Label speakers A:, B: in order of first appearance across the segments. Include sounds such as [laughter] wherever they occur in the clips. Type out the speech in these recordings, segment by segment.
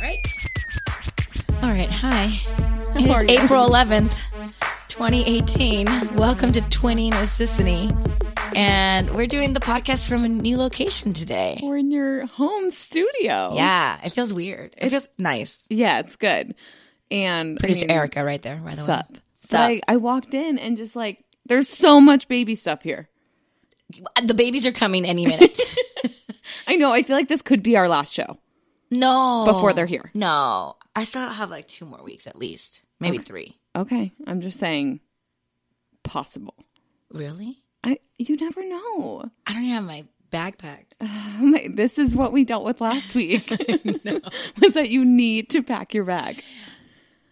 A: All right.
B: All right, hi. It is April 11th, 2018. Welcome to Twinning with Sissany. And we're doing the podcast from a new location today.
A: We're in your home studio.
B: Yeah, it feels weird. It feels nice.
A: Yeah, it's good. And
B: Producer Erica right there, by the way.
A: Sup. So I, I walked in and just like, there's so much baby stuff here.
B: Uh, The babies are coming
A: [laughs]
B: any minute.
A: I know. I feel like this could be our last show.
B: no.
A: Before they're here.
B: No. I still have like two more weeks at least. Maybe three.
A: Okay. I'm just saying, possible.
B: Really?
A: I You never know. Oh
B: I don't even have my bag packed.
A: Uh. My- This is what we dealt
B: [laughs]
A: with last week. [laughs] Was that you need to pack your bag.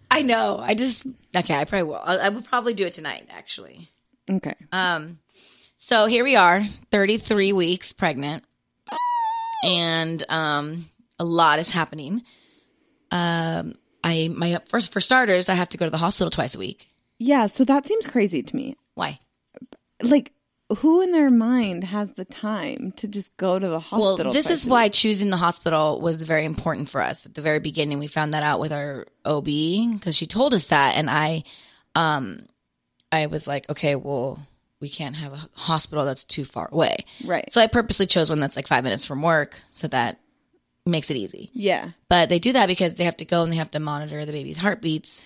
B: I know. I just, okay, I probably will. I, I will probably do it tonight, actually.
A: Okay.
B: Um, so here we are, 33 weeks pregnant, and um, a lot is happening. Um, I my first for starters, I have to go to the hospital twice a week.
A: yeah. So that seems crazy to me.
B: Why?
A: Like, who in their mind has the time to just go to the hospital?
B: well, this
A: twice
B: is
A: a
B: why choosing the hospital was very important for us at the very beginning. We found that out with our OB because she told us that, and I, um, I was like, okay, well, we can't have a hospital that's too far away,
A: Right.
B: So I purposely chose one that's like five minutes from work, so that makes it easy.
A: Yeah.
B: But they do that because they have to go and they have to monitor the baby's heartbeats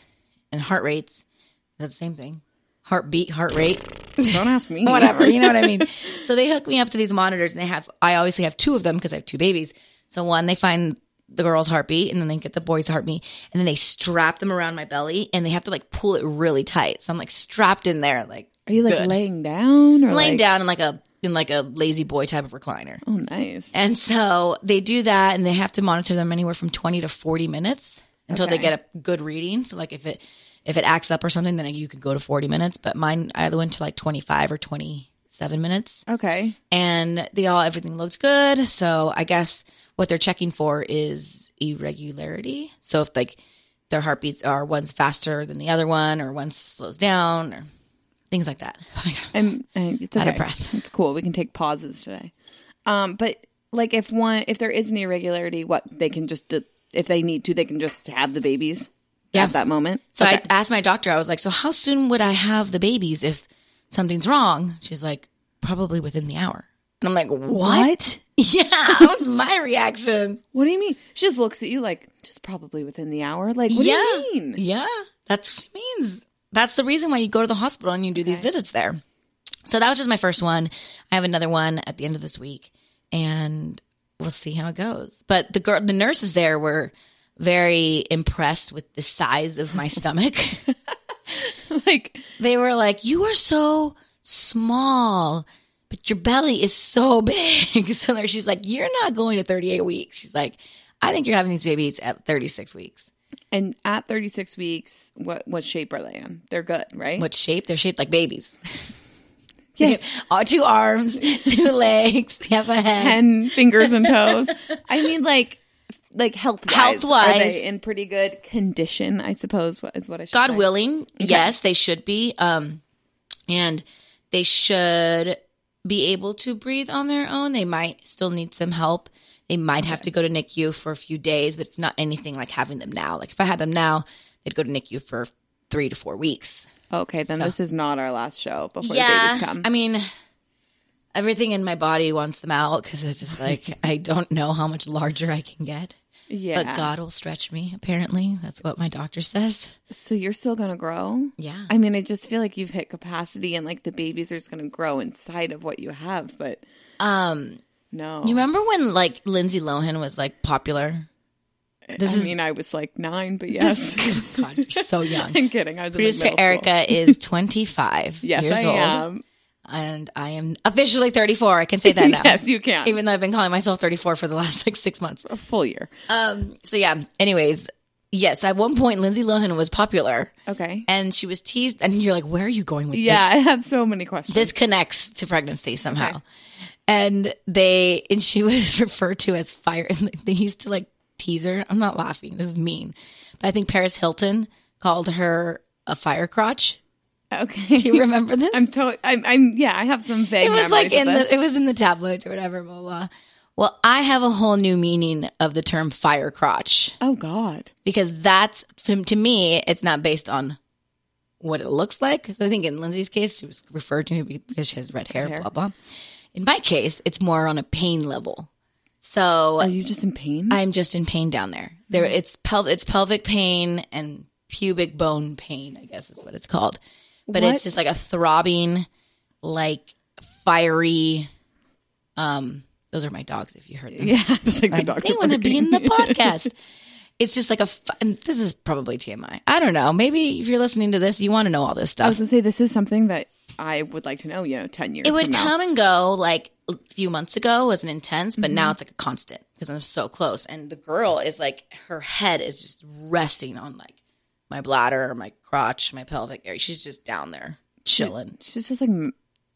B: and heart rates. That's the same thing. Heartbeat, heart rate,
A: Don't ask
B: [laughs]
A: me.
B: whatever. You know what I mean? [laughs] So they hook me up to these monitors and they have, I obviously have two of them because I have two babies. So one, they find the girl's heartbeat and then they get the boy's heartbeat and then they strap them around my belly and they have to like pull it really tight. So I'm like strapped in there, like
A: Are you like
B: Good.
A: laying down or
B: laying
A: like-
B: down in like a, in like a lazy boy type of recliner.
A: Oh, nice.
B: And so they do that and they have to monitor them anywhere from 20 to 40 minutes until they
A: Okay.
B: get a good reading. So like if it if it acts up or something then you could go to 40 minutes, but mine I either went to like 25 or 27 minutes
A: Okay.
B: and they all everything looked good. So I guess what they're checking for is irregularity. So if like their heartbeats are one's faster than the other one or one slows down or things like that. [laughs] Oh my God, I'm so-
A: I'm. I, it's okay.
B: Out of breath.
A: It's cool. We can take pauses today. Um, but like if one, if there is an irregularity, what they can just, d- if they need to, they can just have the babies.
B: Yeah.
A: At that moment.
B: So
A: Okay.
B: I asked my doctor, I was like, so how soon would I have the babies if something's wrong? She's like, probably within the hour. And I'm like, what? [laughs] Yeah, that was my reaction.
A: What do you mean? She just looks at you like just probably within the hour. Like what
B: yeah.
A: do you mean?
B: Yeah, that's what she means. That's the reason why you go to the hospital and you do these visits there. So that was just my first one. I have another one at the end of this week, and we'll see how it goes. But the girl, the nurses there were very impressed with the size of my stomach. [laughs]
A: like
B: they were like, "You are so small, but your belly is so big." [laughs] So there, she's like, "You're not going to 38 weeks." She's like, "I think you're having these babies at 36 weeks."
A: and at 36 weeks, what what shape are they in? They're good, right?
B: What shape? They're shaped like babies. [laughs]
A: Yes.
B: All two arms, [laughs] two legs. They have a head.
A: Ten fingers and toes. [laughs] I mean, like, like health wise, are
B: Health-wise.
A: they in pretty good condition? I suppose what is what I should
B: God
A: say.
B: willing, yes, they should be. Um, and they should be able to breathe on their own. They might still need some help. They might have to go to NICU for a few days, but it's not anything like having them now. Like if I had them now, they'd go to NICU for three to four weeks.
A: Okay, then this is not our last show before the babies come.
B: I mean, everything in my body wants them out because it's just
A: [laughs]
B: like I don't know how much larger I can get.
A: yeah.
B: But God will stretch me. Apparently, that's what my doctor says.
A: So you're still gonna grow.
B: Yeah.
A: I mean, I just feel like you've hit capacity, and like the babies are just gonna grow inside of what you have. But
B: Um.
A: no,
B: You remember when like Lindsay Lohan was like popular? This
A: I
B: is
A: mean, I was like nine, but yes,
B: [laughs]
A: [laughs]
B: God, you're so young.
A: I'm kidding. I was in, like, [laughs]
B: Producer
A: middle school.
B: Erica is 25
A: Yes,
B: years
A: I
B: old.
A: am.
B: and I am officially 34. I can
A: [laughs]
B: say that now.
A: Yes, you can.
B: Even though I've been calling myself 34 for the last like six months.
A: A full year.
B: Um. So yeah. Anyways, yes. At one point, Lindsay Lohan was popular,
A: Okay.
B: and she was teased. And you're like, where are you going with
A: yeah,
B: this?
A: I have so many questions.
B: This connects to pregnancy somehow. And they and she [laughs] was referred to as fire. And they used to like tease her. I'm not laughing. This is mean, but I think Paris Hilton called her a fire crotch.
A: [laughs] okay.
B: Do
A: [laughs]
B: you remember this?
A: I'm totally. I'm, I'm. Yeah, I have some vague.
B: it was
A: memories
B: like
A: of
B: in
A: this.
B: the it was in the tabloids or whatever blah blah well i have a whole new meaning of the term fire crotch
A: Oh God.
B: because that's to to me it's not based on what it looks like so i think in lindsay's case she was referred to me because she has red hair,
A: Hair.
B: blah blah in my case it's more on a pain level so
A: Are you just in pain?
B: i'm just in pain down there there
A: Mm-hmm.
B: it's pel- it's pelvic pain and pubic bone pain i guess is what it's called but
A: What?
B: it's just like a throbbing like fiery um those are my dogs if you heard them
A: [laughs] yeah, I was like the doctor.
B: they want to be in the
A: [laughs]
B: podcast it's just like a f- and this is probably tmi i don't know maybe if you're listening to this you want to know all this
A: I
B: stuff
A: was gonna say this is something that I would like to know. You know, ten years.
B: it would
A: from now.
B: come and go like a few months ago wasn't intense but
A: Mm-hmm.
B: now it's like a constant because i'm so close and the girl is like her head is just resting on like my bladder my crotch my pelvic area she's just down there chilling
A: She's just like. "Mm."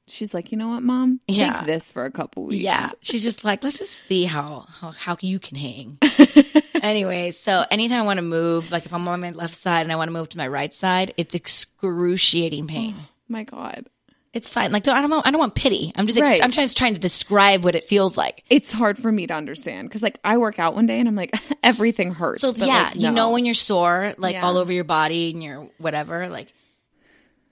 A: She's like, you know what, mom?
B: Yeah.
A: Take this for a couple weeks.
B: Yeah, [laughs] she's just like, let's just see how how, how you can [laughs] hang. anyway, so anytime I want to move, like if I'm on my left side and I want to move to my right side, it's excruciating pain.
A: My God.
B: It's fine. Like don't- I don't want, I don't want pity. I'm just ex-
A: Right.
B: I'm just trying to describe what it feels like.
A: It's hard for me to understand because, like, I work out one day and I'm like, [laughs] everything hurts.
B: So
A: but,
B: yeah,
A: like,
B: you
A: no.
B: know when you're sore, like
A: Yeah.
B: all over your body and your whatever, like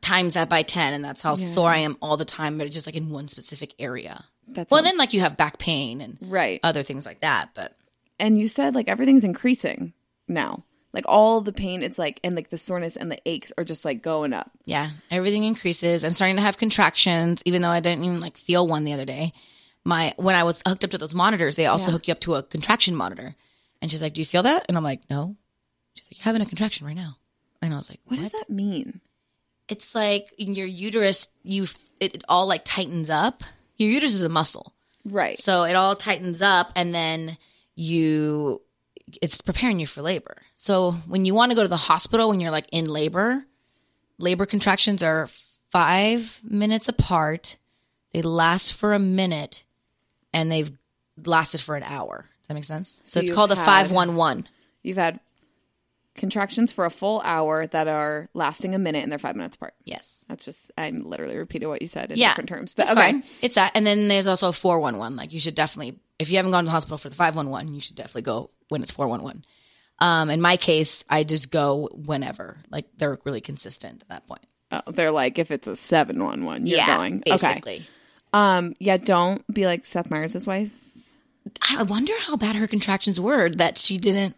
B: times that by ten, and that's how sore I am all the time, but it's just like in one specific area.
A: That
B: well, Uh,
A: sounds-
B: then like you have back pain and
A: right.
B: other things like that, but.
A: and you said like everything's increasing now. Like all the pain, it's like, and like the soreness and the aches are just like going up.
B: Yeah, everything increases. I'm starting to have contractions, even though I didn't even like feel one the other day. My when I was hooked up to those monitors, they also hook you up to a contraction monitor. And she's like, "Do you feel that?" And I'm like, "No." She's like, "You're having a contraction right now." And I was like,
A: What,
B: "What?"
A: does that mean?
B: It's like in your uterus, you f- it, it all like tightens up. Your uterus is a muscle,
A: Right.
B: so it all tightens up, and then you it's preparing you for labor. So when you want to go to the hospital when you're like in labor, labor contractions are five minutes apart. They last for a minute, and they've lasted for an hour. Does that make sense? So, it's
A: you've
B: called a
A: had-
B: five one one.
A: You've had contractions for a full hour that are lasting a minute and they're five minutes apart.
B: Yes.
A: That's just, I'm literally repeating what you said in
B: Yeah.
A: different terms. But
B: It's
A: okay.
B: fine. It's that, and then there's also a four one one. Like you should definitely, if you haven't gone to the hospital for the five one one, you should definitely go when it's four one one. Um, in my case, I just go whenever. Like they're really consistent at that point.
A: Oh, they're like, if it's a 711, you're
B: yeah,
A: going. Okay.
B: basically.
A: Um, yeah, don't be like Seth Meyers' wife.
B: I wonder how bad her contractions were that she didn't.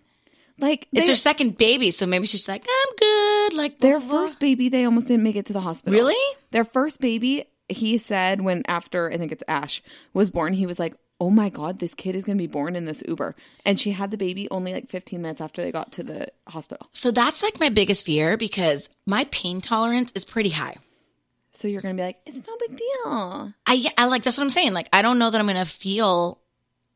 A: Like,
B: It's
A: they-
B: her second baby, so maybe she's like, I'm good. Like
A: their
B: blah, blah.
A: first baby, they almost didn't make it to the hospital.
B: Really?
A: Their first baby, he said when after I think it's Ash was born, he was like, "Oh my god, this kid is going to be born in this Uber." And she had the baby only like 15 minutes after they got to the hospital.
B: So that's like my biggest fear because my pain tolerance is pretty high.
A: So you're going to be like, "It's no big deal."
B: I, I like that's what I'm saying. Like I don't know that I'm gonna feel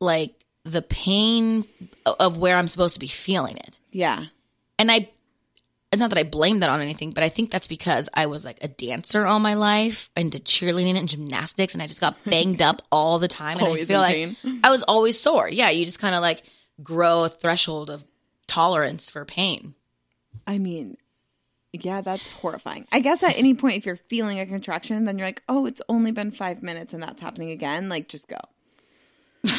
B: like the pain o- of where I'm supposed to be feeling it.
A: Yeah.
B: And I, it's not that I blame that on anything, but I think that's because I was like a dancer all my life into cheerleading and gymnastics, and I just got banged
A: [laughs]
B: up all the time. And
A: Always
B: I
A: in
B: feel like
A: pain.
B: I was always sore. Yeah, you just kind of like grow a threshold of tolerance for
A: [laughs]
B: pain.
A: I mean, yeah, that's horrifying. I guess at any point if you're feeling a contraction, then you're like, "Oh, it's only been 5 minutes and that's happening again." Like just go.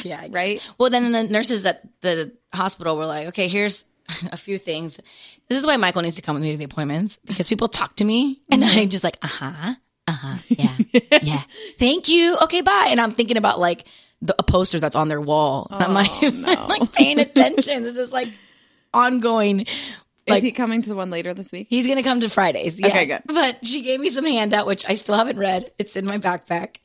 B: Yeah, I guess.
A: Right?
B: Well, then the nurses at the hospital were like, okay, here's [laughs] a few things. This is why Michael needs to come with me to the appointments because people talk to me and I'm just like, uh huh, uh huh, yeah,
A: [laughs]
B: yeah. Thank you. Okay, bye. And I'm thinking about like the, a poster that's on their wall. And
A: Oh,
B: I'm like, [laughs] I'm, like paying attention. This is like ongoing.
A: is
B: Like-
A: he coming to the one later this week?
B: He's going to come to Fridays. Yes.
A: Okay, good.
B: But she gave me some handout, which I still haven't read. It's in my backpack.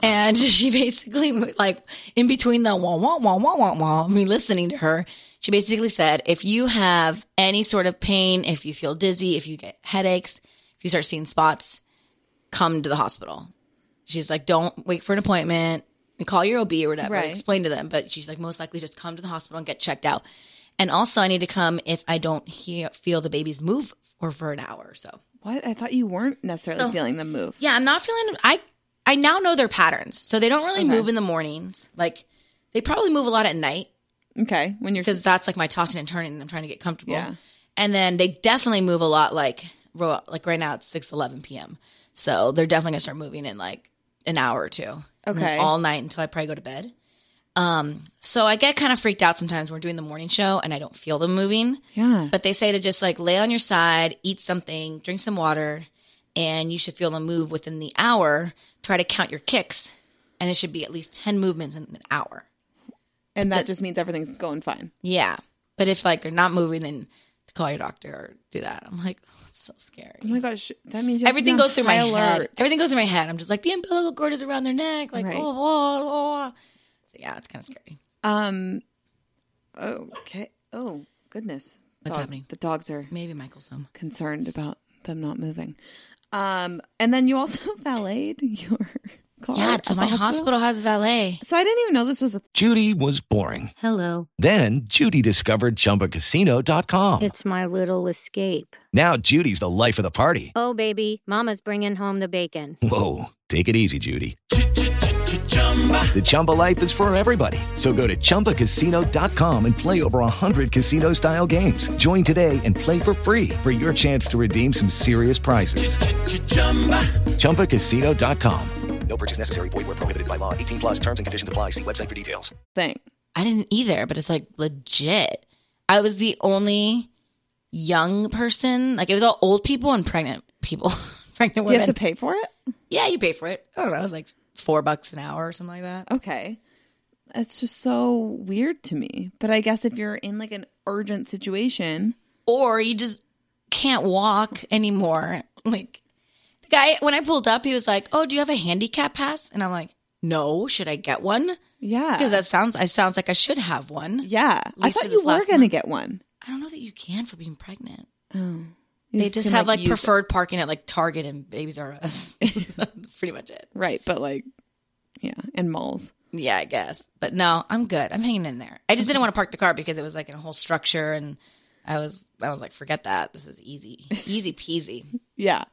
B: And [laughs] she basically, like, in between the wah, wah, wah, wah, wah, wah, me listening to her, she basically said, if you have any sort of pain, if you feel dizzy, if you get headaches, if you start seeing spots, come to the hospital. She's like, don't wait for an appointment. You Call your OB or whatever.
A: Right.
B: Explain to them. But she's like, most likely just come to the hospital and get checked out. And also, I need to come if I don't hear, feel the baby's move or for an hour or so.
A: What? I thought you weren't necessarily
B: So-
A: feeling the move.
B: Yeah, I'm not feeling. I I now know their patterns, so they don't really
A: Okay.
B: move in the mornings. Like they probably move a lot at night
A: Okay. When you're
B: because that's like my tossing and turning. and I'm trying to get comfortable.
A: Yeah.
B: And then they definitely move a lot. Like ro- like right now it's six eleven p.m. So they're definitely gonna start moving in like an hour or two. And then
A: Okay.
B: all night until I probably go to bed. Um, so I get kind of freaked out sometimes. We're doing the morning show and I don't feel them moving.
A: Yeah.
B: But they say to just like lay on your side, eat something, drink some water, and you should feel them move within the hour. Try to count your kicks, and it should be at least 10 movements in an hour.
A: and that just means everything's going fine.
B: Yeah. But if like they're not moving, then to call your doctor or do that. I'm like, oh, it's so scary.
A: Oh my gosh, that means you have to
B: Everything
A: be on
B: goes through my
A: high
B: head. Everything goes through my head. I'm just like, the umbilical cord is around their neck. Like,
A: Right.
B: oh, oh, oh. So yeah, it's kind of scary.
A: Um. Okay. Oh goodness.
B: What's
A: Dog-
B: happening?
A: The dogs are
B: Maybe Michael's home.
A: concerned about them not moving. Um. And then you also [laughs] valeted your car.
B: Yeah,
A: at
B: so
A: the
B: my hospital has valet.
A: So I didn't even know this was a
C: Judy was boring.
D: Hello,
C: Then Judy discovered ChumbaCasino.com.
D: it's my little escape.
C: Now Judy's the life of the party.
D: Oh, baby, Mama's bringing home the bacon.
C: Whoa, take it easy, Judy. The Chumba life is for everybody. So go to ChumbaCasino.com and play over 100 casino style games. Join today and play for free for your chance to redeem some serious prizes. ChumbaCasino.com. No purchase necessary. Void where prohibited by law. 18 plus terms and conditions apply. See website for details.
A: thing.
B: I didn't either, but it's like legit. I was the only young person. Like it was all old people and pregnant people, [laughs] pregnant
A: Do you
B: women.
A: have to pay for it?
B: yeah, you pay for it. I don't know. It was like four bucks an hour or something like that.
A: Okay. It's just so weird to me. But I guess if you're in like an urgent situation,
B: Or you just can't walk anymore. [laughs] Like the guy when I pulled up, he was like, "Oh, do you have a handicap pass?" And I'm like, "No, should I get one?"
A: yeah.
B: Because that sounds. It sounds like I should have one.
A: yeah. I
B: least for
A: thought
B: this
A: you were
B: last
A: going to
B: month.
A: get one.
B: I don't know that you can for being pregnant.
A: Oh.
B: They just have like preferred parking at like Target and Babies R [laughs] Us. That's pretty much it.
A: Right, but like yeah, and malls.
B: Yeah, I guess. But no, I'm good. I'm hanging in there. I just didn't want to park the car because it was like in a whole structure and I was I was like, forget that. This is easy. Easy peasy.
A: Yeah.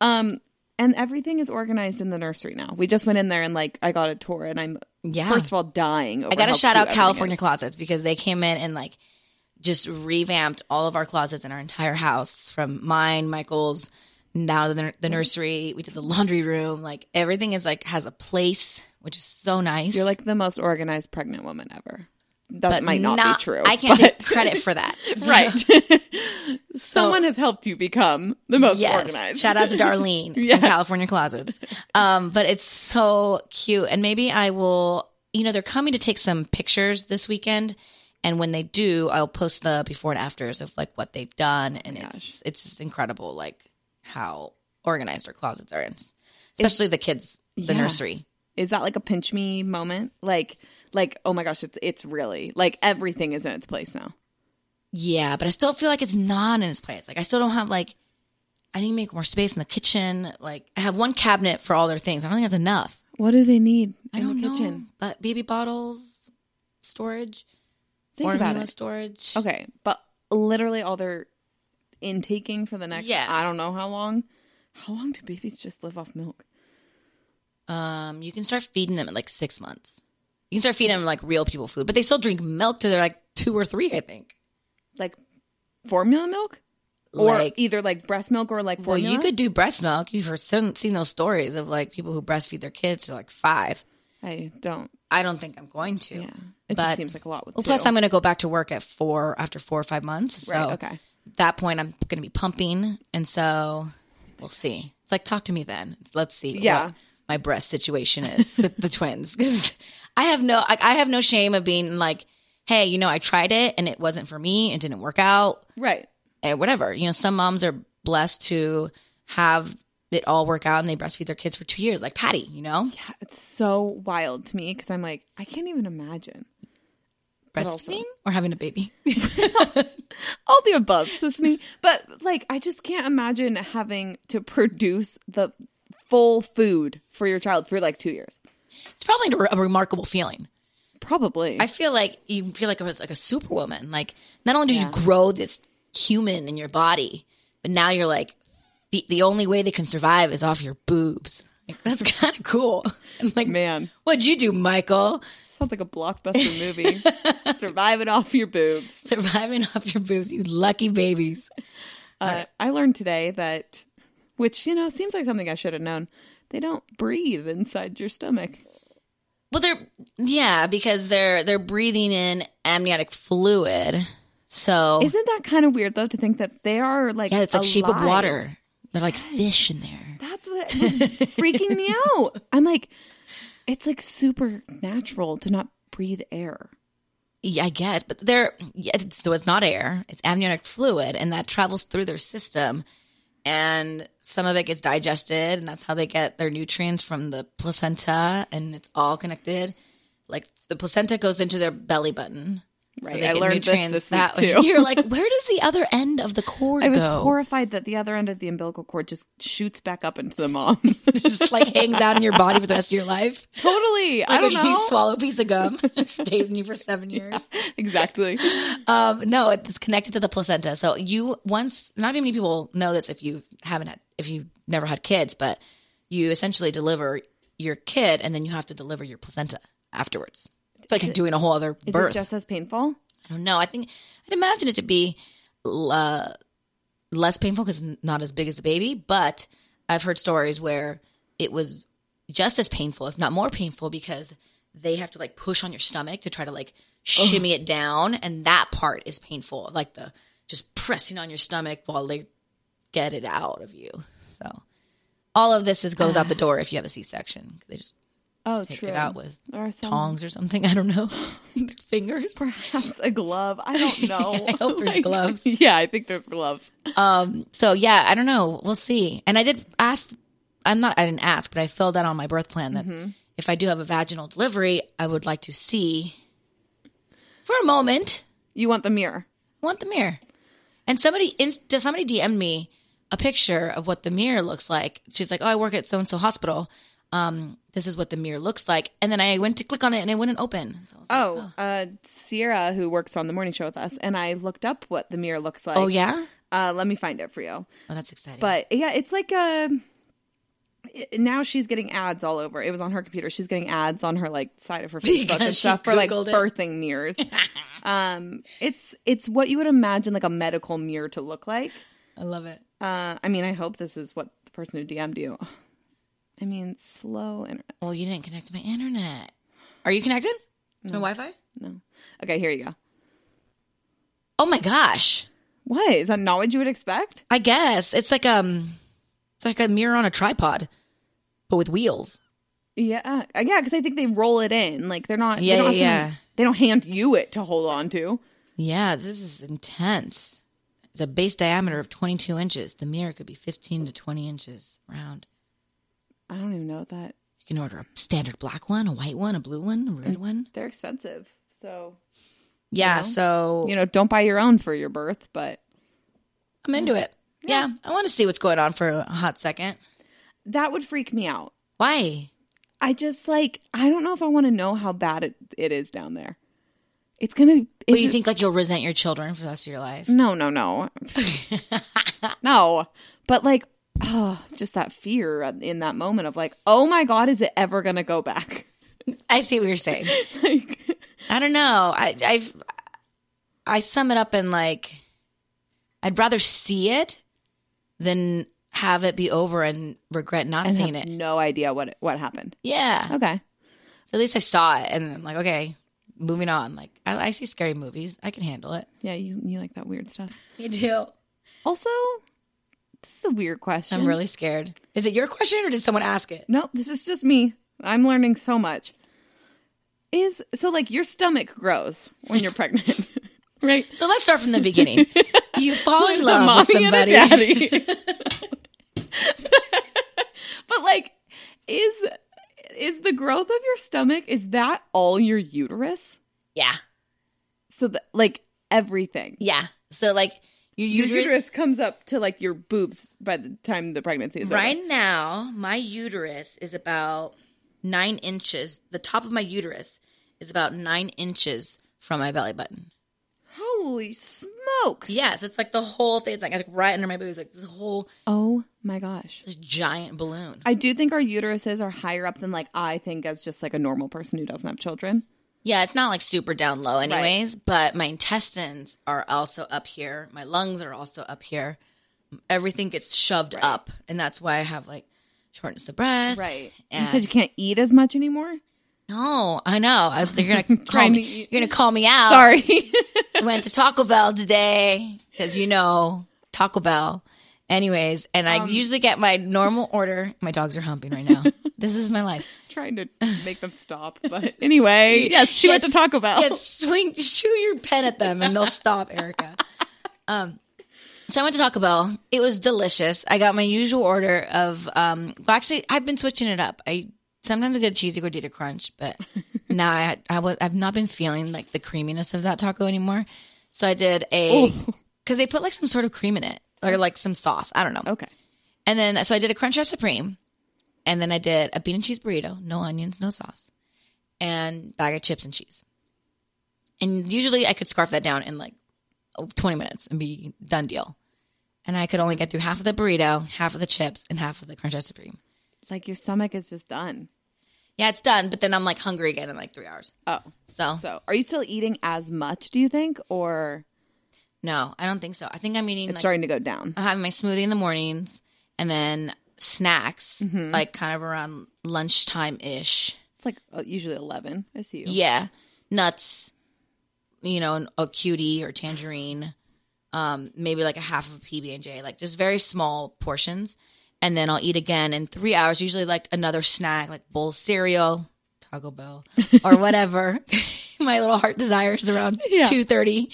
A: Um and everything is organized in the nursery now. We just went in there and like I got a tour and I'm
B: [laughs] Yeah.
A: first of all dying over
B: I gotta
A: how
B: shout
A: cute
B: out
A: everything
B: California
A: is.
B: closets because they came in and like just revamped all of our closets in our entire house from mine, Michael's, now the, the nursery. We did the laundry room. Like everything is like has a place, which is so nice.
A: You're like the most organized pregnant woman ever. That might not,
B: not-
A: be true.
B: I can't
A: but-
B: take
A: [laughs]
B: credit for that.
A: right. Someone has helped you become the most
B: yes.
A: organized.
B: Shout out to
A: [laughs]
B: Darlene
A: Yes.
B: from California Closets. Um, but it's so cute. And maybe I will, you know, they're coming to take some pictures this weekend. And when they do, I'll post the before and afters of like what they've done. And it's, it's just incredible, like how organized our closets are, and especially the kids, the
A: Yeah.
B: nursery.
A: Is that like a pinch me moment? Like, like oh my gosh, it's it's really like everything is in its place now.
B: Yeah, but I still feel like it's not in its place. Like I still don't have like I need to make more space in the kitchen. Like I have one cabinet for all their things. I don't think that's enough.
A: What do they need
B: I
A: in
B: don't
A: the kitchen?
B: know. But baby bottles, storage,
A: Think about
B: formula
A: it.
B: storage.
A: Okay, but literally all they're intaking for the next
B: Yeah.
A: I don't know how long. How long do babies just live off milk?
B: Um, you can start feeding them at like six months. You can start feeding them like real people food, but they still drink milk till they're like two or three, I think.
A: Like formula milk, or
B: like,
A: either like breast milk or like
B: well,
A: formula.
B: you could do breast milk. You've heard- seen seen those stories of like people who breastfeed their kids to like five.
A: I don't.
B: I don't think I'm going to.
A: Yeah, it
B: But-
A: just seems like a lot with.
B: Well,
A: two.
B: plus I'm going to go back to work at four after four or five months. So
A: right. okay.
B: at that point I'm going to be pumping, and so we'll see. It's like talk to me then. Let's see.
A: Yeah.
B: What my breast situation is [laughs] with the twins because I have no I, I have no shame of being like, hey, you know, I tried it and it wasn't for me. It didn't work out.
A: Right.
B: And whatever. You know, some moms are blessed to have it all work out and they breastfeed their kids for two years, like Patty. You know,
A: Yeah, it's so wild to me because I'm like, I can't even imagine But also-
B: breastfeeding or having a baby.
A: all the [laughs] above, sis me. But like, I just can't imagine having to produce the full food for your child for like two years.
B: It's probably a, re- a remarkable feeling.
A: Probably.
B: I feel like you feel like I was like a superwoman. Like not only did you grow this human in your body, but now you're like the, the only way they can survive is off your boobs. Like, that's [laughs] kind of cool. I'm like
A: Man.
B: what'd you do, Michael? [laughs]
A: Sounds like a blockbuster movie. Survive it off your boobs.
B: Surviving off your boobs, you lucky babies.
A: Uh, I learned today that, which, you know, seems like something I should have known, they don't breathe inside your stomach.
B: Well, they're yeah because they're they're breathing in amniotic fluid. So
A: Isn't that kind of weird, though, to think that they are like.
B: Oh. yeah, it's like sheep with
A: alive?
B: water. They're like fish in there.
A: That's what was freaking me out. I'm like, it's like supernatural to not breathe air.
B: Yeah, I guess, but they're yeah, it's, so it's not air; it's amniotic fluid, and that travels through their system, and some of it gets digested, and that's how they get their nutrients from the placenta, and it's all connected. Like the placenta goes into their belly button,
A: Right, I learned this this week,
B: way.
A: too.
B: [laughs] You're like, where does the other end of the cord
A: I was
B: go? [laughs]
A: horrified that the other end of the umbilical cord just shoots back up into the mom. [laughs]
B: This just like hangs out in your body for the rest of your life.
A: totally. [laughs]
B: [laughs]
A: I
B: Like,
A: don't
B: You
A: know.
B: swallow a piece of gum, [laughs] it stays in you for
A: [laughs]
B: seven years. [laughs]
A: exactly.
B: Um, no, it's connected to the placenta. So you once, not many people know this if you haven't had, if you never had kids, but you essentially deliver your kid and then you have to deliver your placenta afterwards. It's like doing a whole other
A: Is
B: birth.
A: it just as painful?
B: I don't know. I think I'd imagine it to be uh, less painful because not as big as the baby, but I've heard stories where it was just as painful, if not more painful, because they have to like push on your stomach to try to like shimmy it down, and that part is painful, like the just pressing on your stomach while they get it out of you. So all of this is goes out the door if you have a C-section. They just
A: Oh,
B: take it out with
A: There are some-
B: tongs or something. I don't know. Their fingers.
A: [laughs] Perhaps a glove.
B: [laughs]
A: I don't know.
B: I hope
A: [laughs]
B: there's gloves.
A: Yeah, I think there's gloves.
B: Um, so yeah, I don't know. We'll see. And I did ask. I'm not. I didn't ask, but I filled out on my birth plan that if I do have a vaginal delivery, I would like to see for a moment.
A: You want the mirror.
B: I want the mirror. And somebody in, somebody DM'd me a picture of what the mirror looks like. She's like, "Oh, I work at so and so hospital. Um, this is what the mirror looks like." And then I went to click on it, and it wouldn't open. So I was like,
A: Oh, uh, Sierra, who works on the morning show with us, and I looked up what the mirror looks like.
B: oh yeah.
A: Uh, let me find it for you.
B: Oh, that's exciting.
A: But yeah, it's like a. it- Now she's getting ads all over. It was on her computer. She's getting ads on her like
B: [laughs]
A: side of her Facebook
B: Because
A: and
B: she
A: stuff for like
B: Googled it.
A: birthing
B: [laughs]
A: mirrors. um, it's it's what you would imagine like a medical mirror to look like.
B: I love it.
A: Uh, I mean, I hope this is what the person who DM'd you. [sighs] I mean, slow internet.
B: Well, you didn't connect to my internet. Are you connected to my Wi-Fi?
A: No. Okay, here you go.
B: Oh my gosh.
A: What is that? Not what you would expect?
B: I guess it's like um it's like a mirror on a tripod but with wheels.
A: Yeah, Uh, yeah. Because I think they roll it in. Like they're not.
B: Yeah,
A: they don't have
B: yeah,
A: someone-
B: yeah.
A: They don't hand you it to hold on to.
B: Yeah, this is intense. It's a base diameter of 22 inches. The mirror could be 15 to 20 inches round.
A: I don't even know what that.
B: You can order a standard black one, a white one, a blue one, a red one.
A: They're expensive. So
B: Yeah, so
A: you know, don't buy your own for your birth, but
B: I'm into it. Yeah, I want to see what's going on for a hot second.
A: that would freak me out.
B: Why?
A: I just like I don't know if I want to know how bad it, it is down there. It's gonna.
B: But
A: is
B: you
A: it-
B: think like you'll resent your children for the rest of your life?
A: No, no,
B: [laughs]
A: no, no. But like, oh, just that fear in that moment of like, oh my god, is it ever gonna go back?
B: I see what you're saying.
A: [laughs] like,
B: I don't know. I I've I sum it up in like I'd rather see it than have it be over and regret not
A: and
B: seeing
A: have
B: it.
A: no idea what what happened.
B: Yeah.
A: Okay.
B: So at least I saw it and I'm like, okay, moving on. Like I, I see scary movies. I can handle it.
A: Yeah, you you like that weird stuff.
B: You do.
A: Also, this is a weird question.
B: I'm really scared. Is it your question or did someone ask it?
A: No, this is just me. I'm learning so much. Is so like your stomach grows when
B: [laughs]
A: you're pregnant, [laughs] right?
B: So let's start from the
A: [laughs]
B: beginning. you fall in
A: A
B: love
A: mommy
B: with somebody.
A: and a daddy.
B: [laughs]
A: [laughs] but like, is is the growth of your stomach? Is that all your uterus?
B: Yeah.
A: So that like everything.
B: Yeah. So like Your
A: Your
B: uterus,
A: uterus, comes up to like your boobs by the time the pregnancy is
B: right
A: over.
B: now, my uterus is about nine inches. The top of my uterus is about nine inches from my belly button.
A: Holy smokes!
B: Yes, it's like the whole thing. It's like, like right under my boobs, like this whole
A: Oh my gosh.
B: this giant balloon.
A: I do think our uteruses are higher up than like I think as just like a normal person who doesn't have children.
B: Yeah, it's not like super down low, anyways. But my intestines are also up here. My lungs are also up here. Everything gets shoved up, and that's why I have like shortness of breath.
A: You
B: And
A: said you can't eat as much anymore.
B: no, I know. I, you're gonna call
A: Trying to
B: me.
A: eat.
B: You're gonna call me out.
A: Sorry. [laughs]
B: I [laughs] went to Taco Bell today because you know Taco Bell. Anyways, and I usually get my normal order. My dogs are humping right now. this is my life.
A: Trying to make them stop,
B: [laughs]
A: but anyway, yes, she went to Taco Bell.
B: Yes, swing, [laughs] shoot your pen at them, and they'll stop, Erica. Um, so I went to Taco Bell. It was delicious. I got my usual order of. Um, well, actually, I've been switching it up. I sometimes I get a cheesy gordita crunch, but now I I was I've not been feeling like the creaminess of that taco anymore. So I did a [laughs] because they put like some sort of cream in it or like some sauce. I don't know.
A: Okay.
B: And then so I did a Crunchwrap Supreme, and then I did a bean and cheese burrito, no onions, no sauce, and bag of chips and cheese. And usually I could scarf that down in like oh, 20 minutes and be done deal. And I could only get through half of the burrito, half of the chips, and half of the Crunchwrap Supreme.
A: Like your stomach is just done.
B: Yeah, it's done, but then I'm like hungry again in like three hours.
A: Oh.
B: So,
A: So, are you still eating as much, do you think, or
B: no, I don't think so. I think I'm eating
A: it's
B: like
A: starting to go down?
B: I'm having my smoothie in the mornings and then snacks,
A: Mm-hmm.
B: like kind of around lunchtime ish.
A: It's like uh, usually 11. I see you.
B: Yeah, nuts. You know, an- a cutie or tangerine. Um, maybe like a half of a PB and J, like just very small portions, and then I'll eat again in three hours. Usually, like another snack, like bowl of cereal, Taco
A: [laughs]
B: Bell, or whatever [laughs] my little heart desires around
A: [laughs] Yeah.
B: two thirty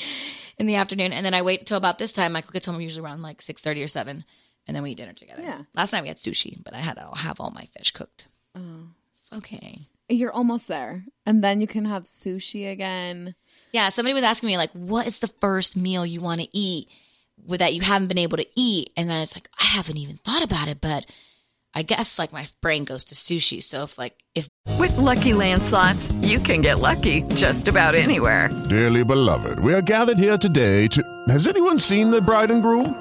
B: in the afternoon, and then I wait till about this time. Michael gets home usually around like six thirty or seven, and then we eat dinner together.
A: Yeah.
B: Last night we had sushi, but I had I'll have all my fish cooked. Oh, okay.
A: You're almost there. And then you can have sushi again.
B: Yeah, somebody was asking me like, "What is the first meal you want to eat with that you haven't been able to eat?" And I was like, "I haven't even thought about it, but I guess like my brain goes to sushi. So if like if
E: With Lucky Land slots, you can get lucky just about anywhere.
F: Dearly beloved, we are gathered here today to. Has anyone seen the bride and groom?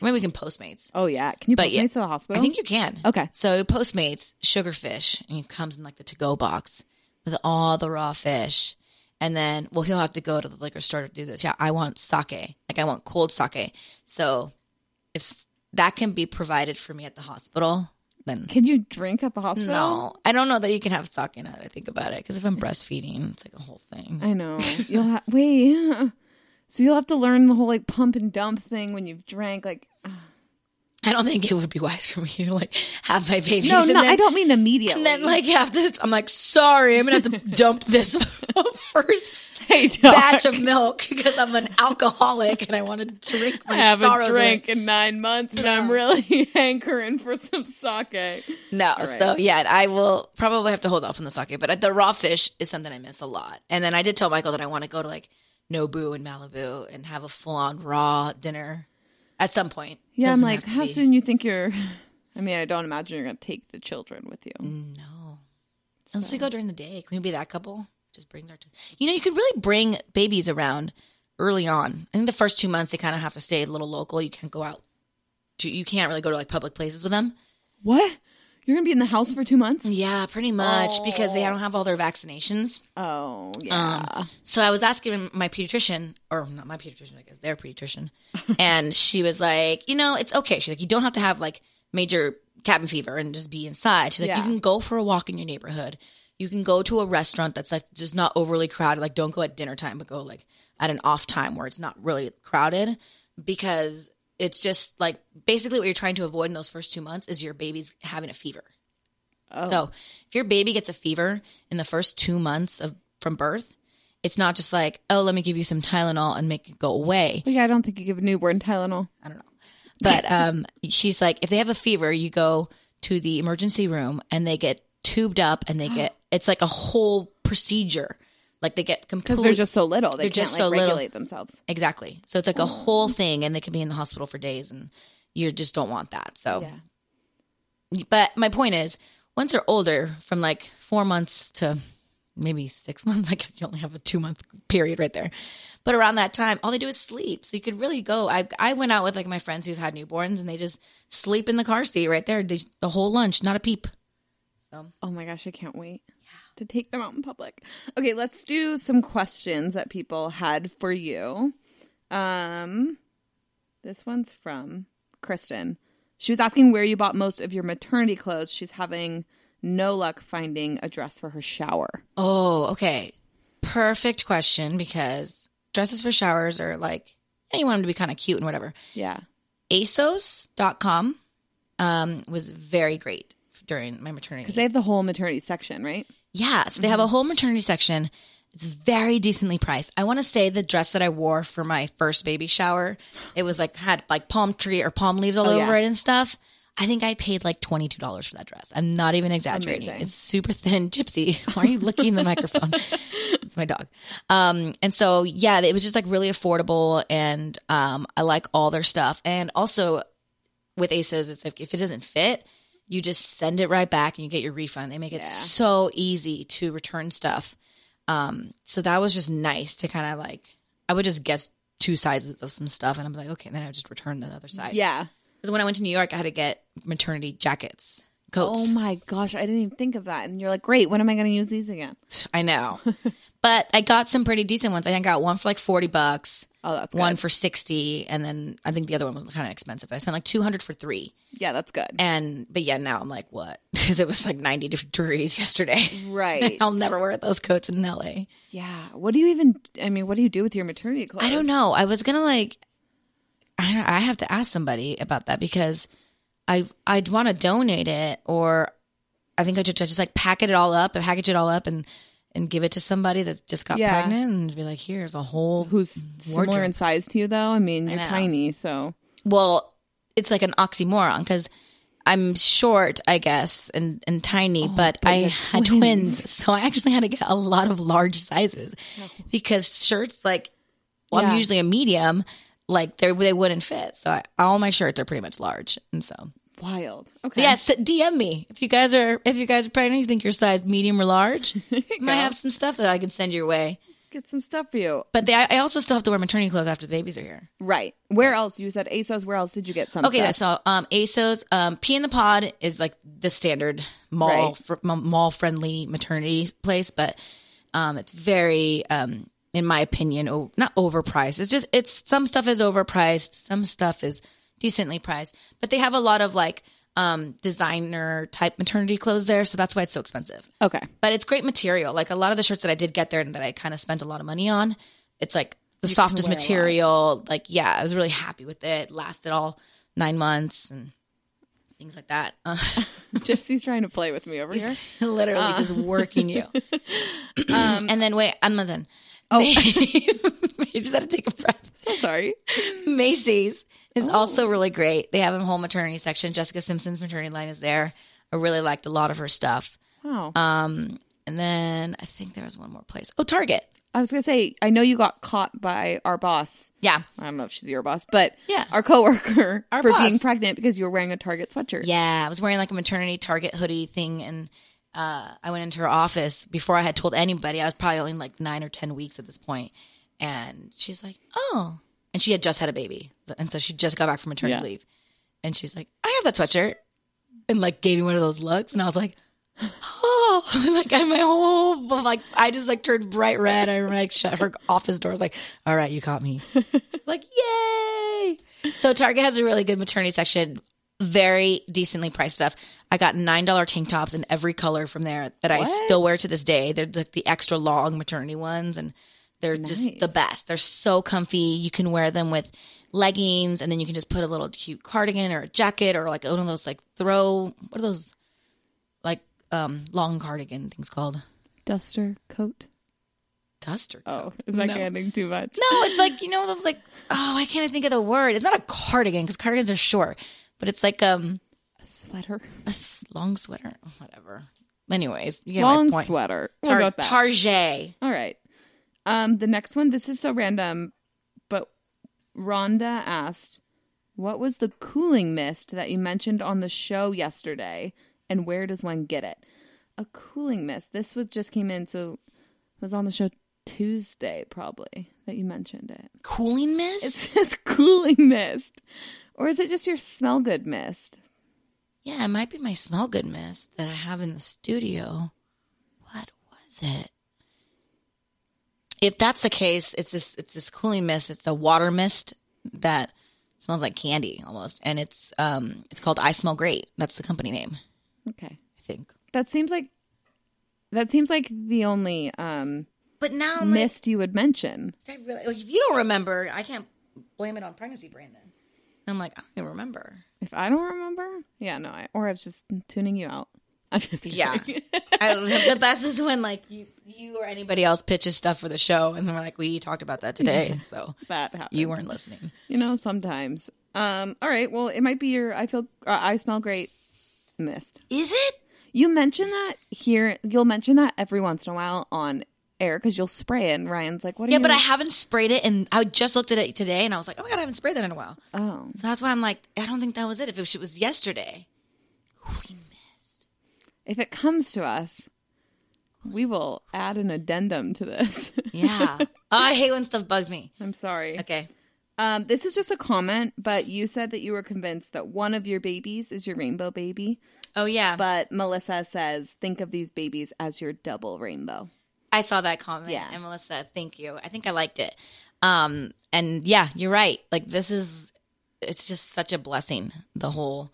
B: maybe we can Postmates.
A: Oh, yeah. Can you
B: But
A: postmates
B: yeah,
A: to the hospital?
B: I think you can.
A: Okay.
B: So Postmates, Sugarfish, and it comes in like the to-go box with all the raw fish. And then, well, he'll have to go to the liquor store to do this. Yeah, I want sake. Like I want cold sake. So if s- that can be provided for me at the hospital, then
A: Can you drink at the hospital?
B: no, I don't know that you can have sake now that I think about it. Because if I'm breastfeeding, it's like a whole thing. [laughs]
A: I know. You'll have wait. [laughs] So you'll have to learn the whole like pump and dump thing when you've drank. Like
B: I don't think it would be wise for me to like have my babies.
A: no,
B: and
A: no,
B: then-
A: I don't mean immediately.
B: And then like have to, I'm like, sorry, I'm gonna have
A: [laughs]
B: to dump this [laughs] first
A: Hey, doc.
B: batch of milk because I'm an alcoholic and I want to drink my
A: I haven't
B: sorrows away.
A: drank in nine months, and I'm really [laughs] hankering for some sake.
B: No,
A: All right.
B: so yeah, I will probably have to hold off on the sake, but uh, the raw fish is something I miss a lot. And then I did tell Michael that I want to go to like Nobu and Malibu and have a full on raw dinner at some point.
A: Yeah,
B: Doesn't
A: I'm like,
B: have to
A: how
B: be-
A: soon you think you're? [sighs] I mean, I don't imagine you're gonna take the children with
B: Mm.
A: you.
B: No. Unless we go during the day. Can we be that couple? Just brings our two. You know, you can really bring babies around early on. I think the first two months they kind of have to stay a little local. You can't go out. To, you can't really go to like public places with them.
A: What? You're gonna be in the house for two months?
B: Yeah, pretty much because they don't have all their vaccinations. Um,
A: Oh
B: Uh.
A: yeah.
B: So I was asking my pediatrician, or not my pediatrician, I guess their [laughs] pediatrician, and she was like, you know, it's okay. She's like, you don't have to have like major cabin fever and just be inside. She's like, you
A: Yeah.
B: can go for a walk in your neighborhood. You can go to a restaurant that's like just not overly crowded. Like, don't go at dinner time, but go like at an off time where it's not really crowded because it's just like basically what you're trying to avoid in those first two months is your baby's having a fever. So if your baby gets a fever in the first two months of from birth, it's not just like, oh, let me give you some Tylenol and make it go away.
A: Like, I don't think you give a newborn Tylenol.
B: I don't know. But um, she's like, if they have a fever, you go to the emergency room and they get tubed up and they
A: [gasps]
B: get it's like a whole procedure. Like they get
A: Because
B: completely
A: they're just so little. They
B: They're
A: can't
B: just
A: like,
B: so little.
A: regulate themselves.
B: Exactly. So it's like a whole thing, and they could be in the hospital for days, and you just don't want that. So, but my point is, once they're older, from like four months to maybe six [laughs] months, I guess you only have a two month period right there. But around that time, all they do is sleep. So you could really go. I I went out with like my friends who've had newborns, and they just sleep in the car seat right there, they, the whole lunch, not a peep.
A: Oh my gosh, I can't wait to take them out in public. Okay, let's do some questions that people had for you. Um, this one's from Kristen. She was asking where you bought most of your maternity clothes. She's having no luck finding a dress for her shower.
B: Oh, okay. Perfect question because dresses for showers are like, eh, you want them to be kind of cute and whatever.
A: Yeah.
B: asos.com um, was very great during my maternity.
A: Because they have the whole maternity section, right?
B: yeah, so they have a whole maternity section. It's very decently priced. I want to say the dress that I wore for my first baby shower, it was like had like palm tree or palm leaves all
A: Oh,
B: over
A: yeah.
B: it and stuff. I think I paid like twenty two dollars for that dress. I'm not even exaggerating.
A: Amazing.
B: It's super thin, gypsy. Why are you licking the
A: [laughs]
B: microphone? It's my dog. Um, and so yeah, it was just like really affordable, and um, I like all their stuff. And also with ASOS, it's like if it doesn't fit, you just send it right back and you get your refund. They make it so easy to return stuff. Um, so that was just nice to kind of like, I would just guess two sizes of some stuff and I'm like, okay, and then I would just return the other size.
A: Yeah.
B: Because when I went to New York, I had to get maternity jackets, coats.
A: Oh my gosh, I didn't even think of that. And you're like, great, when am I going to use these again?
B: I
A: [laughs]
B: know. but I got some pretty decent ones. I think I got one for like 40 bucks.
A: Oh, that's good.
B: One for 60 and then I think the other one was kind of expensive. I spent like 200 for 3.
A: Yeah, that's good.
B: And but yeah, now I'm like, what? [laughs] Because it was like 90 degrees yesterday.
A: [laughs]
B: [laughs]
A: Right.
B: I'll never wear those coats in LA.
A: yeah. What do you even, I mean, what do you do with your maternity clothes?
B: I don't know. I was gonna like, I don't, I have to ask somebody about that because I I'd want to donate it or I think I just, I just like packet it all up and package it all up and and give it to somebody that's just got
A: Yeah.
B: pregnant and be like, here's a whole
A: who's similar in
B: wardrobe.
A: size to you though Mm, i mean you're
B: know.
A: tiny so
B: well, it's like an oxymoron because I'm short, I guess, and and tiny, Oh, but, I had twins. so I actually had to get a lot of large sizes because shirts like well,
A: Yeah.
B: I'm usually a medium, like they they wouldn't fit. So I, all my shirts are pretty much large, and so
A: wild okay
B: so yeah, s DM me if you guys are if you guys are pregnant. You think you're size medium or [laughs] large? might have some stuff that I can send your way.
A: get some stuff for you
B: But they, I I also still have to wear maternity clothes after the babies are here.
A: right where else you said asos where else did you get some
B: Okay,
A: stuff?
B: so um, ASOS, um, P in the Pod is like the standard mall
A: Right.
B: fr- m- mall friendly maternity place, but um, it's very, um, in my opinion, o- not overpriced. It's just it's some stuff is overpriced, some stuff is decently priced, but they have a lot of like um, designer type maternity clothes there, so that's why it's so expensive.
A: okay
B: But it's great material. Like a lot of the shirts that I did get there and that I kind of spent a lot of money on, it's like the softest material. Like, yeah, I was really happy with it. Lasted all nine months and things like that. [laughs] Uh,
A: [laughs] gypsy's trying to play with me over here
B: literally just working you. Um, and then wait, I'm not done. [laughs] Oh, I just had to take a breath.
A: so [laughs] sorry
B: Macy's is also really great. They have a whole maternity section. Jessica Simpson's maternity line is there. I really liked a lot of her stuff.
A: wow
B: Um, and then I think there was one more place. Oh, Target.
A: i was gonna say i know you got caught by our boss
B: Yeah.
A: i don't know if she's your boss but
B: Yeah.
A: [laughs] our coworker
B: Our
A: for
B: boss.
A: being pregnant because you were wearing a target sweatshirt
B: Yeah. I was wearing like a maternity Target hoodie thing and uh, I went into her office before I had told anybody. I was probably only like nine or 10 weeks at this point. And she's like, oh. And she had just had a baby. And so she just got back from maternity leave. And she's like, I have that sweatshirt. And like gave me one of those looks. And I was like, oh, [laughs] like I, my whole, like, I just like turned bright red. I like shut her office door. I was like, all right, you caught me. [laughs] She's like, yay. So Target has a really good maternity section, very decently priced stuff. I got $9 tank tops in every color from there that I still wear to this day. They're like the extra long maternity ones and they're just the best. They're so comfy. You can wear them with leggings and then you can just put a little cute cardigan or a jacket or like one of those like throw what are those like um, long cardigan thing's called
A: Duster coat.
B: duster.
A: Oh, is that
B: No.
A: getting too much?
B: No, it's like you know those like oh, why can't I think of the word? It's not a cardigan because cardigans are short, but it's like um
A: A sweater.
B: a s- long sweater, Oh, whatever. Anyways, you get
A: Long
B: my point.
A: sweater. We'll
B: Tar-
A: go with that.
B: Tarjay.
A: All right. Um, the next one, this is so random, but Rhonda asked, What was the cooling mist that you mentioned on the show yesterday, and where does one get it? A cooling mist. This was just came in, so it was on the show Tuesday, probably, that you mentioned it. [laughs]
B: Cooling mist.
A: It's just cooling mist. Or is it just your smell good mist?
B: yeah, it might be my smell good mist that I have in the studio. What was it? If that's the case, it's this it's this cooling mist. It's a water mist that smells like candy almost, and it's um it's called I Smell Great. That's the company name,
A: Okay.
B: I think.
A: That seems like that seems like the only um
B: But now I'm like,
A: mist you would mention.
B: I really, like, if you don't remember, I can't blame it on pregnancy, Brandon. I'm like, I don't even remember.
A: If I don't remember, yeah, no, I, or I was just tuning you out. [laughs] I'm just kidding.
B: Yeah. [laughs] I, the best is when like you, you or anybody else pitches stuff for the show, and then we're like, we talked about that [laughs] today, so
A: that happened.
B: you weren't listening.
A: you know, sometimes. Um, all right, well, it might be your I feel uh, I smell great mist.
B: Is it?
A: You mention that here. You'll mention that every once in a while on air because you'll spray it. And Ryan's like, "What? Are
B: Yeah,
A: you
B: but I haven't sprayed it, and I just looked at it today, and I was like, oh my god, I haven't sprayed that in a while.
A: Oh,
B: So that's why I'm like, I don't think that was it. If it was yesterday, holy
A: if it comes to us, we will add an addendum to this. [laughs]
B: [laughs] yeah. oh, I hate when stuff bugs me.
A: I'm sorry.
B: Okay.
A: Um, this is just a comment, but you said that you were convinced that one of your babies is your rainbow baby.
B: Oh yeah,
A: But Melissa says, think of these babies as your double rainbow.
B: I saw that comment.
A: Yeah.
B: And Melissa, thank you. I think I liked it. Um, and yeah, you're right. Like this is it's just such a blessing. The whole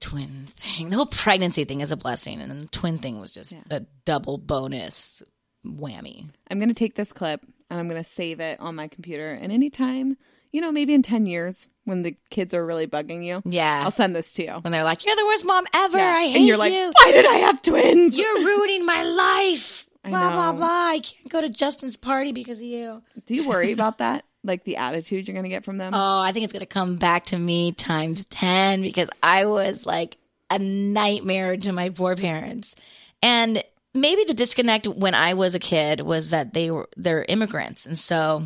B: twin thing. The whole pregnancy thing is a blessing. And then the twin thing was just a double bonus whammy.
A: I'm going to take this clip and I'm going to save it on my computer. And anytime, you know, maybe in 10 years when the kids are really bugging you,
B: Yeah.
A: I'll send this to you.
B: when they're like, You're the worst mom ever.
A: Yeah.
B: I hate
A: and you're like,
B: you.
A: why did I have twins?
B: You're ruining my life.
A: I
B: Blah blah
A: know.
B: blah. I can't go to Justin's party because of you.
A: Do you worry about that? Like the attitude you're going to get from them?
B: Oh, I think it's going to come back to me times 10 because I was like a nightmare to my poor parents. And maybe the disconnect when I was a kid was that they were they're immigrants. And so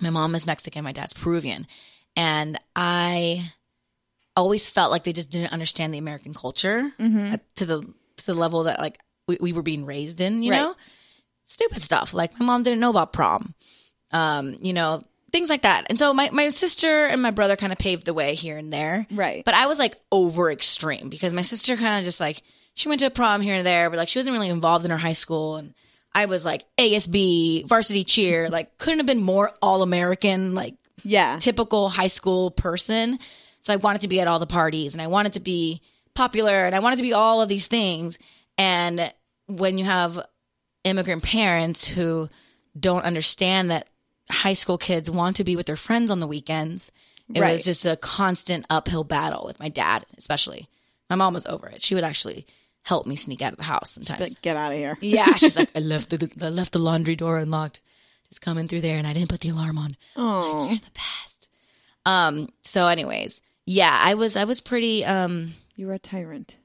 B: my mom is Mexican, my dad's Peruvian. And I always felt like they just didn't understand the American culture
A: Mm-hmm.
B: uh, to the to the level that like we, we were being raised in, you
A: Right.
B: know? Stupid stuff. Like my mom didn't know about prom. Um, you know, things like that. And so my, my sister and my brother kind of paved the way here and there.
A: Right.
B: But I was like over extreme because my sister kind of just like she went to a prom here and there, but like she wasn't really involved in her high school and I was like ASB, varsity
A: [laughs]
B: cheer, like couldn't have been more all American, like
A: yeah.
B: typical high school person. So I wanted to be at all the parties and I wanted to be popular and I wanted to be all of these things. And when you have immigrant parents who don't understand that high school kids want to be with their friends on the weekends, it
A: Right.
B: was just a constant uphill battle with my dad, especially. My mom was over it. She would actually help me sneak out of the house sometimes.
A: Like, get out of here.
B: Yeah, she's
A: [laughs]
B: like, I left the I left the laundry door unlocked. Just come in through there, and I didn't put the alarm on. Oh, you're the best. Um. So, anyways, yeah, I was I was pretty. Um.
A: You're a tyrant.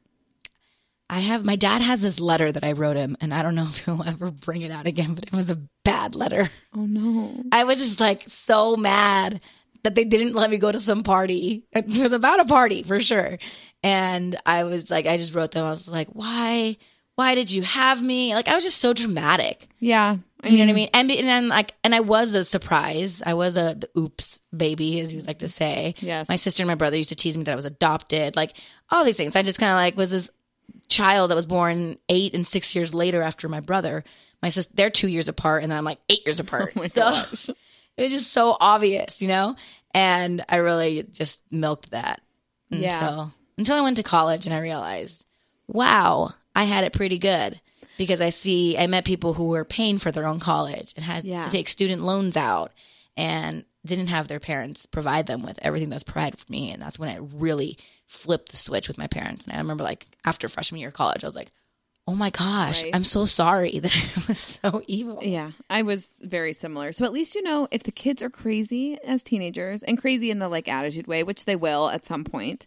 B: I have my dad has this letter that I wrote him, and I don't know [laughs] if he'll ever bring it out again. But it was a bad letter. [laughs]
A: Oh, no.
B: I was just like so mad that they didn't let me go to some party. [laughs] It was about a party for sure. And I was like, I just wrote them. I was like, why? Why did you have me? Like I was just so dramatic.
A: Yeah. I
B: You
A: mean,
B: know what I mean? And, be- and then like, and I was a surprise. I was a the oops baby, as you like to say.
A: Yes.
B: My sister and my brother used to tease me that I was adopted. Like all these things. I just kind of like was this child that was born eight and six years later after my brother. My sister, they're two years apart, and then I'm like eight
A: Oh
B: years apart. so [laughs] it was just so obvious, you know. And I really just milked that until
A: Yeah.
B: until I went to college and I realized, wow, I had it pretty good because I see I met people who were paying for their own college and had
A: Yeah.
B: to take student loans out and didn't have their parents provide them with everything that's provided for me. And that's when I really flipped the switch with my parents. And I remember like after freshman year of college, I was like, oh my gosh,
A: Right.
B: I'm so sorry [laughs] that I was so evil.
A: Yeah, I was very similar. So at least you know if the kids are crazy as teenagers and crazy in the like attitude way, which they will at some point,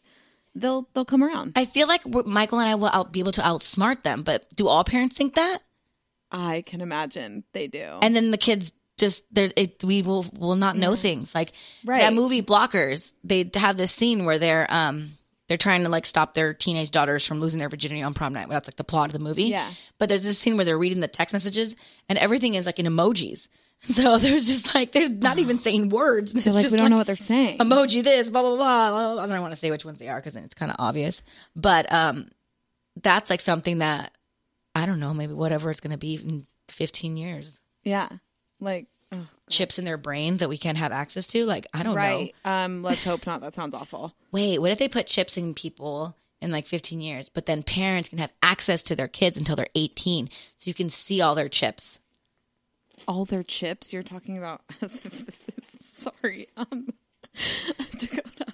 A: they'll they'll come around.
B: I feel like we're- Michael and I will out, be able to outsmart them, but do all parents think that?
A: I, can imagine they do.
B: And then the kids just there it, we will will not know things like
A: Mm-hmm. Right.
B: that movie Blockers. They have this scene where they're um they're trying to like stop their teenage daughters from losing their virginity on prom night. That's like the plot of the movie.
A: Yeah.
B: But there's this scene where they're reading the text messages and everything is like in emojis. [laughs] So there's just like they're not even saying words. It's
A: Oh. they're like
B: just
A: we don't know what they're saying.
B: emoji this blah blah blah, blah, blah. i don't want to say which ones they are because then it's kind of obvious but um that's like something that i don't know maybe whatever it's going to be in 15 years
A: yeah, like oh,
B: chips in their brains that we can't have access to like i don't
A: right. Um, let's hope not. That sounds awful.
B: know wait what if they put chips in people in like 15 years but then parents can have access to their kids until they're 18 so you can see all their chips
A: All their chips you're talking about [laughs] as if this is sorry. Um, [laughs] Dakota.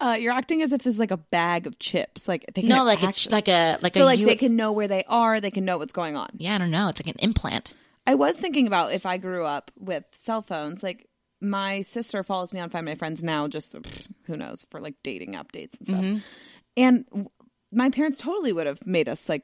A: Uh, you're acting as if this is like a bag of chips. Like they can
B: no like a,
A: access-
B: ch- like a like a
A: so like
B: U-
A: they can know where they are. They can know what's going on.
B: yeah i don't know it's like an implant
A: I was thinking about if I grew up with cell phones, like my sister follows me on Find My Friends now, just pff, who knows for like dating updates and stuff.
B: Mm-hmm.
A: And w- my parents totally would have made us like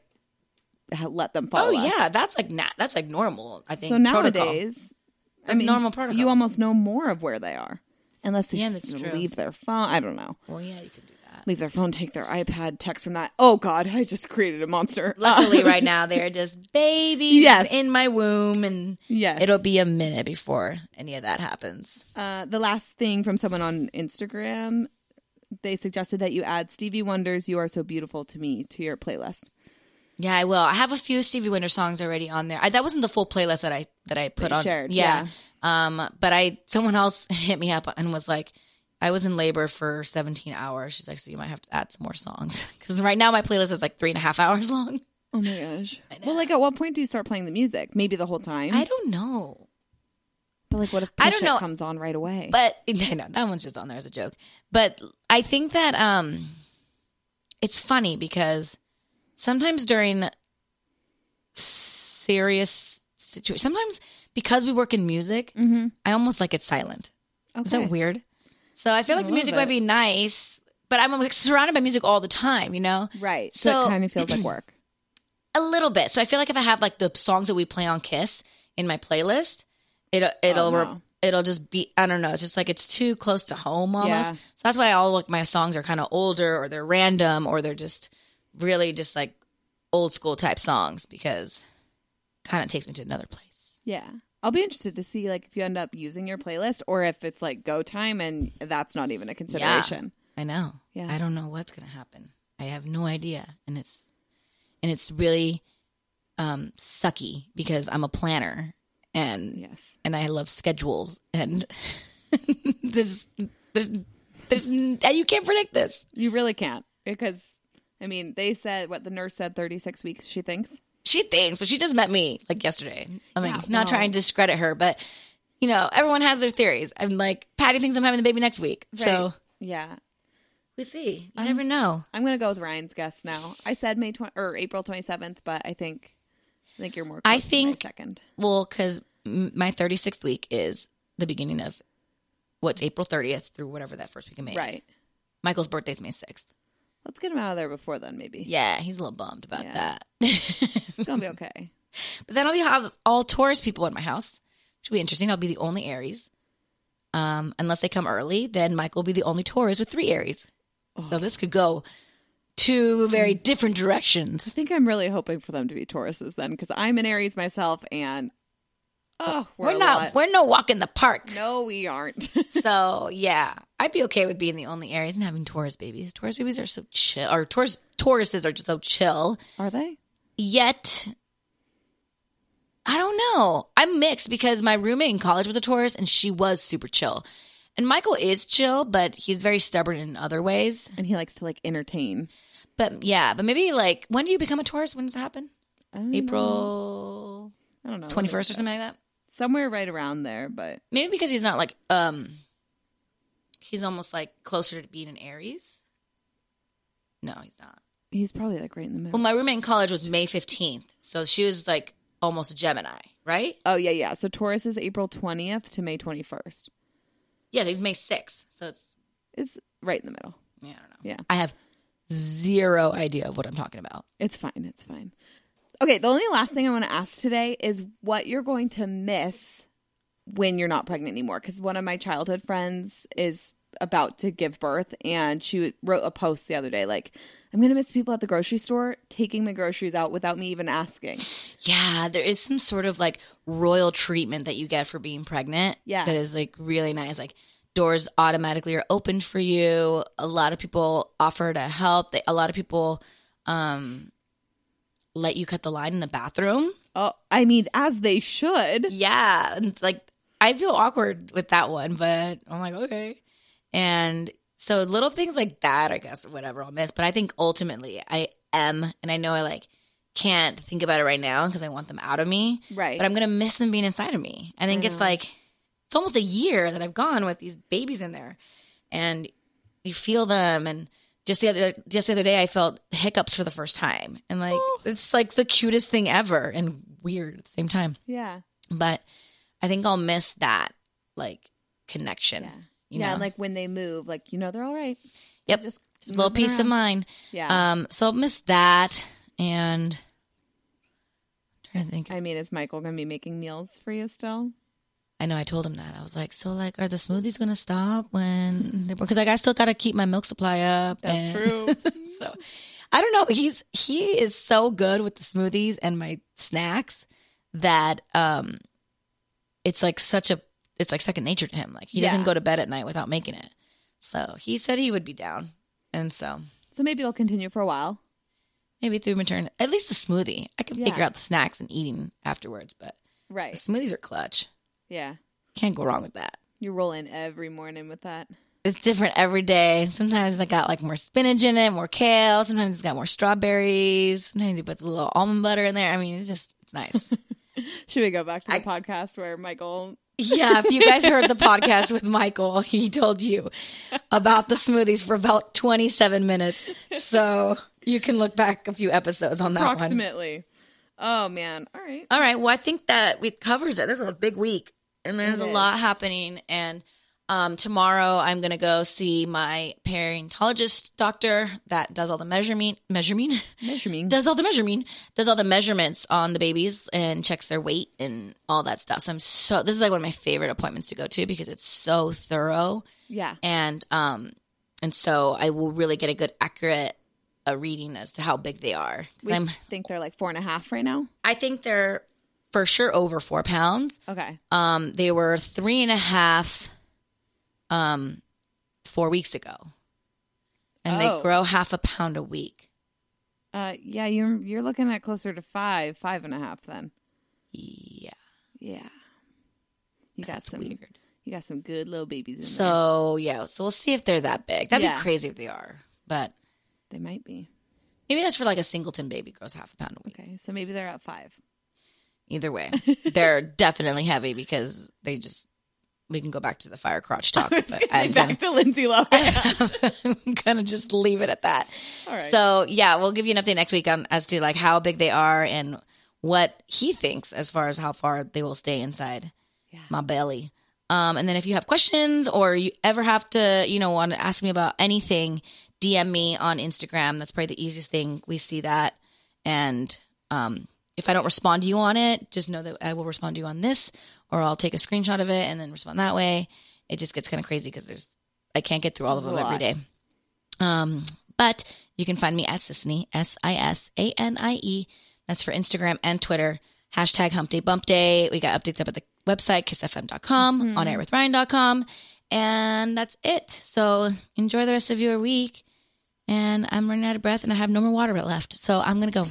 A: ha- let them follow.
B: oh
A: us.
B: yeah that's like not that's like normal i think
A: So
B: protocol.
A: nowadays, I
B: That's
A: mean,
B: normal protocol.
A: You almost know more of where they are, unless they
B: Yeah,
A: s-
B: that's true.
A: leave their phone. I don't know.
B: well yeah you can do that
A: Leave their phone, take their iPad, text from that. Oh God, I just created a monster.
B: Luckily, right now
A: [laughs]
B: they're just babies
A: Oh. Yes.
B: in my womb, and
A: Yes.
B: it'll be a minute before any of that happens.
A: Uh, the last thing from someone on Instagram, they suggested that you add Stevie Wonder's "You Are So Beautiful to Me" to your playlist.
B: Yeah, I will. I have a few Stevie Wonder songs already on there. I, that wasn't the full playlist that I that I put
A: you
B: on.
A: shared,
B: Um, but I someone else [laughs] hit me up and was like, "I was in labor for 17 hours." She's like, "So you might have to add some more songs [laughs] because right now my playlist is like three and a half hours long."
A: Oh my gosh! Well, like, at what point do you start playing the music? Maybe the whole time.
B: I don't know.
A: but like, what if
B: I
A: I
B: don't know.
A: comes on right away?
B: [laughs] But I know that one's just on there as a joke. But I think that um it's funny because sometimes during serious situations, sometimes because we work in music, I almost like it's silent.
A: Mm-hmm. okay.
B: Is that weird? So I feel like the
A: love
B: music might
A: it.
B: be nice, but I'm like surrounded by music all the time, you know?
A: Right. So,
B: So-
A: it kind of feels
B: [clears throat]
A: like work.
B: A little bit. So I feel like if I have like the songs that we play on Kiss in my playlist, it'll it'll
A: Oh, no.
B: re- it'll just be I don't know. It's just like it's too close to home almost.
A: Yeah.
B: So that's why all like my songs are kind of older or they're random or they're just really just like old school type songs because kind of takes me to another place.
A: Yeah. I'll be interested to see like if you end up using your playlist or if it's like go time and that's not even a consideration.
B: I know.
A: Yeah.
B: I don't know what's gonna happen. I have no idea, and it's and it's really um sucky because I'm a planner and
A: Yes.
B: and I love schedules and [laughs] this there's there's and you can't predict this.
A: You really can't because I mean they said what the nurse said thirty six weeks she thinks.
B: She thinks, but she just met me like yesterday. I mean,
A: Yeah,
B: not
A: wow.
B: trying to discredit her, but you know, everyone has their theories. I'm like Patty thinks I'm having the baby next week, so
A: Right. yeah,
B: we see. You never know.
A: I'm gonna go with Ryan's guess now. I said May 20, or April 27th, but I think I think you're more.
B: I
A: close to May
B: think-
A: second.
B: Well, because my 36th week is the beginning of what's April 30th through whatever that first week of May is.
A: Right.
B: Michael's birthday's May 6th.
A: Let's get him out of there before then, maybe.
B: Yeah, he's a little bummed about
A: Yeah.
B: that. [laughs]
A: it's gonna be okay.
B: but then I'll be have all Taurus people in my house, which will be interesting. I'll be the only Aries. Um, unless they come early, then Michael will be the only Taurus with three Aries. So this could go two very different
A: I
B: directions.
A: think I'm really hoping for them to be Tauruses then, because I'm an Aries myself, and oh, we're,
B: We're,
A: a
B: not,
A: lot-
B: we're no walk in the park.
A: no, we aren't.
B: [laughs] So yeah, I'd be okay with being the only Aries and having Taurus babies. Taurus babies are so chill, or Taurus Tauruses are just so chill.
A: Are they?
B: Yet, I don't know. I'm mixed because my roommate in college was a Taurus and she was super chill, and Michael is chill, but he's very stubborn in other ways.
A: And he likes to like entertain.
B: But yeah, but maybe like when do you become a Taurus? When does it happen?
A: I don't know.
B: April
A: I don't know.
B: twenty first or something like that.
A: somewhere right around there, but
B: Maybe because he's not like um he's almost like closer to being an Aries. No, he's not.
A: he's probably like right in the middle.
B: Well, my roommate in college was May 15th, so she was like almost a Gemini, right?
A: oh yeah, yeah. So Taurus is April twentieth to May twenty first.
B: Yeah, he's May 6th. So it's
A: It's right in the middle.
B: yeah, I don't know.
A: Yeah.
B: I have zero idea of what I'm talking about.
A: It's fine. It's fine. Okay, the only last thing I want to ask today is what you're going to miss when you're not pregnant anymore. Because one of my childhood friends is about to give birth, and she wrote a post the other day like, I'm going to miss people at the grocery store taking my groceries out without me even asking.
B: Yeah, there is some sort of like royal treatment that you get for being pregnant.
A: Yeah.
B: That is like really nice. Like doors automatically are opened for you. A lot of people offer to help. They, a lot of people um let you cut the line in the bathroom.
A: Oh, I mean, as they should.
B: Yeah. And like I feel awkward with that one, but I'm like, okay. And so little things like that, I guess, whatever I'll miss. But I think ultimately I am, and I know I like can't think about it right now because I want them out of me.
A: Right.
B: But I'm gonna miss them being inside of me. I think it's like it's almost a year that I've gone with these babies in there. And you feel them and just the other just the other day I felt hiccups for the first time. And like it's like the cutest thing ever and weird at the same time
A: Yeah.
B: but I think I'll miss that like connection. You
A: yeah.
B: know?
A: And like when they move, like, you know, they're all right.
B: yep,
A: just
B: just, a little
A: moving
B: peace of
A: around.
B: mind.
A: Yeah.
B: Um, so I'll miss that, and I'm trying to think.
A: I mean, is Michael going to be making meals for you still?
B: I know I told him that I was like, so like, are the smoothies gonna stop
A: [laughs]
B: when? Because like I still gotta keep my milk supply up. and- [laughs] so I don't know. He's he is so good with the smoothies and my snacks that um, it's like such a it's like second nature to him. Like he doesn't
A: Yeah.
B: go to bed at night without making it. So he said he would be down, and so
A: So maybe it'll continue for a while.
B: maybe through maternity, at least the smoothie, I can
A: Yeah.
B: figure out the snacks and eating afterwards. But the
A: Right.
B: smoothies are clutch.
A: Yeah.
B: Can't go wrong with that.
A: You roll in every morning with that.
B: it's different every day. Sometimes I got like more spinach in it, more kale. Sometimes it's got more strawberries. Sometimes he puts a little almond butter in there. I mean, it's just it's nice.
A: Should we go back to the
B: I-
A: podcast where Michael?
B: yeah, if you guys heard the podcast with Michael, he told you about the smoothies for about 27 minutes. So you can look back a few episodes on that one.
A: approximately. Oh man! All right.
B: All right. Well, I think that we covers it. This is a big week, and there's
A: It
B: a
A: is.
B: lot happening. And um, tomorrow, I'm gonna go see my parentologist doctor that does all the measurement, measurement,
A: Measurement.
B: does all the measurement, does all the measurements on the babies and checks their weight and all that stuff. So I'm so this is like one of my favorite appointments to go to because it's so thorough
A: Yeah.
B: and um and so I will really get a good accurate uh, reading as to how big they are. 'Cause
A: We
B: I'm
A: think they're like four and a half right now.
B: I think they're for sure over four pounds.
A: Okay.
B: Um, they were three and a half, um, four weeks ago, and
A: Oh.
B: they grow half a pound a week.
A: Uh, yeah. You're you're looking at closer to five, five and a half then.
B: Yeah,
A: Yeah. You got
B: that's
A: some.
B: weird.
A: You got some good little babies. In there.
B: So yeah, so we'll see if they're that big. That'd
A: Yeah.
B: be crazy if they are, but
A: they might be.
B: maybe that's for like a singleton baby grows half a pound a week.
A: Okay. So maybe they're at five.
B: Either way,
A: [laughs]
B: they're definitely heavy because they just. We can go back to the fire crotch talk,
A: [laughs]
B: but
A: Say
B: I'm
A: back
B: gonna,
A: to Lindsay Lohan.
B: [laughs] I'm gonna just leave it at that.
A: All right.
B: So yeah, we'll give you an update next week on as to like how big they are and what he thinks as far as how far they will stay inside my belly. Um, and then if you have questions or you ever have to, you know, want to ask me about anything, DM me on Instagram. That's probably the easiest thing. We see that, and um, if I don't respond to you on it, just know that I will respond to you on this, or I'll take a screenshot of it and then respond that way. It just gets kind of crazy because there's I can't get through all of them every day. Um, but you can find me at Sisney, S I S A N I E. That's for Instagram and Twitter. Hashtag hump day bump day. We got updates up at the website, kissfm.com, on air with Ryan.com. And that's it. So enjoy the rest of your week. [laughs] And I'm running out of breath and I have no more water left. So I'm going to go.